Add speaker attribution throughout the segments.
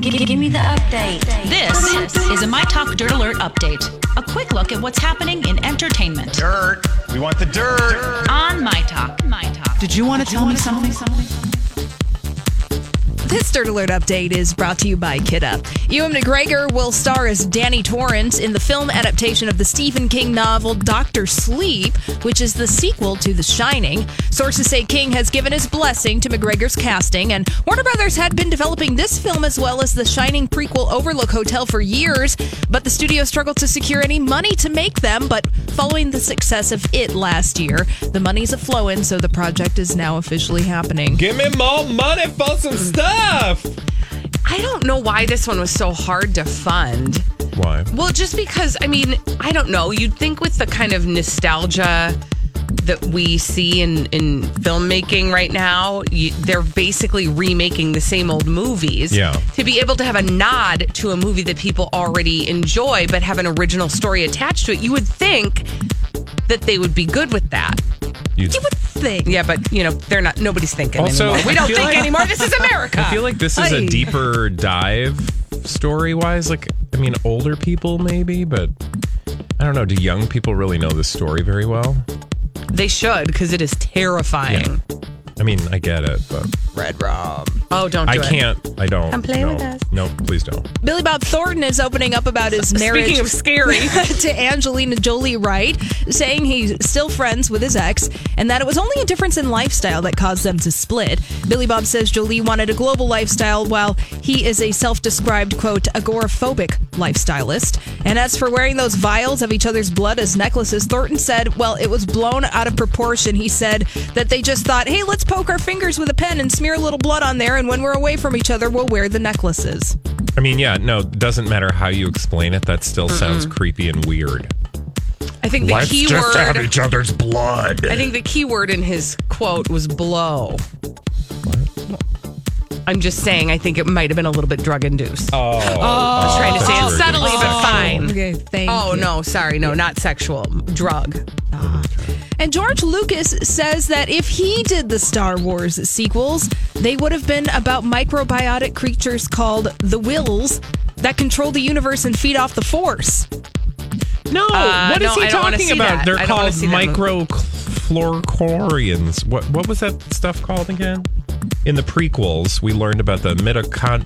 Speaker 1: G- give me the update.
Speaker 2: This is a My Talk Dirt Alert update. A quick look at what's happening in entertainment
Speaker 3: Dirt. We want the dirt.
Speaker 2: on My Talk. My Talk.
Speaker 4: Did you want to tell me something?
Speaker 5: This Dirt Alert update is brought to you by Kid Up. Ewan McGregor will star as Danny Torrance in the film adaptation of the Stephen King novel Doctor Sleep, which is the sequel to The Shining. Sources say King has given his blessing to McGregor's casting, and Warner Brothers had been developing this film as well as the Shining prequel Overlook Hotel for years, but the studio struggled to secure any money to make them. But following the success of it last year, the money's a flowing, so the project is now officially happening.
Speaker 6: Give me more money for some stuff.
Speaker 7: I don't know why this one was so hard to fund.
Speaker 6: Why?
Speaker 7: Well, just because, I mean, I don't know. You'd think with the kind of nostalgia that we see in, in filmmaking right now, you, they're basically remaking the same old movies.
Speaker 6: Yeah.
Speaker 7: To be able to have a nod to a movie that people already enjoy, but have an original story attached to it, you would think that they would be good with that.
Speaker 6: You,
Speaker 5: Thing.
Speaker 7: Yeah, but, you know, they're not, nobody's thinking
Speaker 6: Also,
Speaker 7: anymore.
Speaker 6: I
Speaker 7: We don't
Speaker 6: feel
Speaker 7: think
Speaker 6: like-
Speaker 7: anymore. This is America.
Speaker 6: I feel like this is a
Speaker 5: Aye.
Speaker 6: deeper dive story wise. Like, I mean, older people maybe, but I don't know. Do young people really know this story very well?
Speaker 7: they should, because it is terrifying.
Speaker 6: I mean, I get it, but
Speaker 7: Red Rum. Oh, don't do
Speaker 6: I
Speaker 7: it.
Speaker 6: can't. I don't.
Speaker 7: Come play
Speaker 6: no.
Speaker 7: with us.
Speaker 6: No, please don't.
Speaker 5: Billy Bob Thornton is opening up about his marriage
Speaker 7: Speaking of scary.
Speaker 5: to Angelina Jolie Wright, saying he's still friends with his ex and that it was only a difference in lifestyle that caused them to split. Billy Bob says Jolie wanted a global lifestyle while he is a self described, quote, agoraphobic lifestylist. And as for wearing those vials of each other's blood as necklaces, Thornton said, well, it was blown out of proportion. He said that they just thought, hey, let's poke our fingers with a pen and smear a little blood on there, and when we're away from each other, we'll wear the necklaces.
Speaker 6: I mean, yeah, no, doesn't matter how you explain it. That still sounds creepy and weird.
Speaker 7: I think the key word.
Speaker 3: other's blood.
Speaker 7: I think the key word in his quote was blow. I'm just saying. I think it might have been a little bit drug induced.
Speaker 6: Oh, I
Speaker 7: was trying to say it subtly, but
Speaker 6: Oh.
Speaker 7: fine.
Speaker 5: Okay, thank
Speaker 7: Oh
Speaker 5: you.
Speaker 7: no, sorry, no, not sexual, drug.
Speaker 5: And George Lucas says that if he did the Star Wars sequels, they would have been about microbiotic creatures called the Wills that control the universe and feed off the Force.
Speaker 6: No,
Speaker 7: Uh,
Speaker 6: what is
Speaker 7: no,
Speaker 6: he
Speaker 7: I don't wanna
Speaker 6: talking
Speaker 7: see
Speaker 6: about?
Speaker 7: that.
Speaker 6: They're
Speaker 7: I don't wanna
Speaker 6: called
Speaker 7: see that movie.
Speaker 6: microfluorochlorians. What what was that stuff called again? In the prequels, we learned about the midocon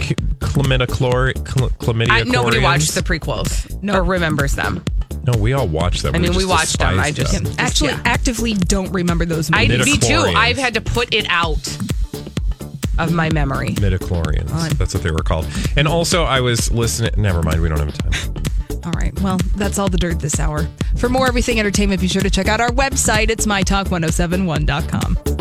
Speaker 6: c- chlamydochlor cl- chlamydia.
Speaker 7: I, nobody watched the prequels or remembers them.
Speaker 6: No, we all watched them.
Speaker 7: I mean,
Speaker 6: just
Speaker 7: we watched them.
Speaker 6: despised
Speaker 7: I just-
Speaker 6: them.
Speaker 5: Actually,
Speaker 7: Yeah.
Speaker 5: actively don't remember those
Speaker 7: I
Speaker 5: movies.
Speaker 7: me too.
Speaker 6: Midichlorians.
Speaker 7: I've had to put it out of my memory.
Speaker 6: midichlorians. That's what they were called. And also, I was listening. Never mind, we don't have time.
Speaker 5: all right. Well, that's all the dirt oh this hour. For more everything entertainment, be sure to check out our website. It's mytalk1071.com.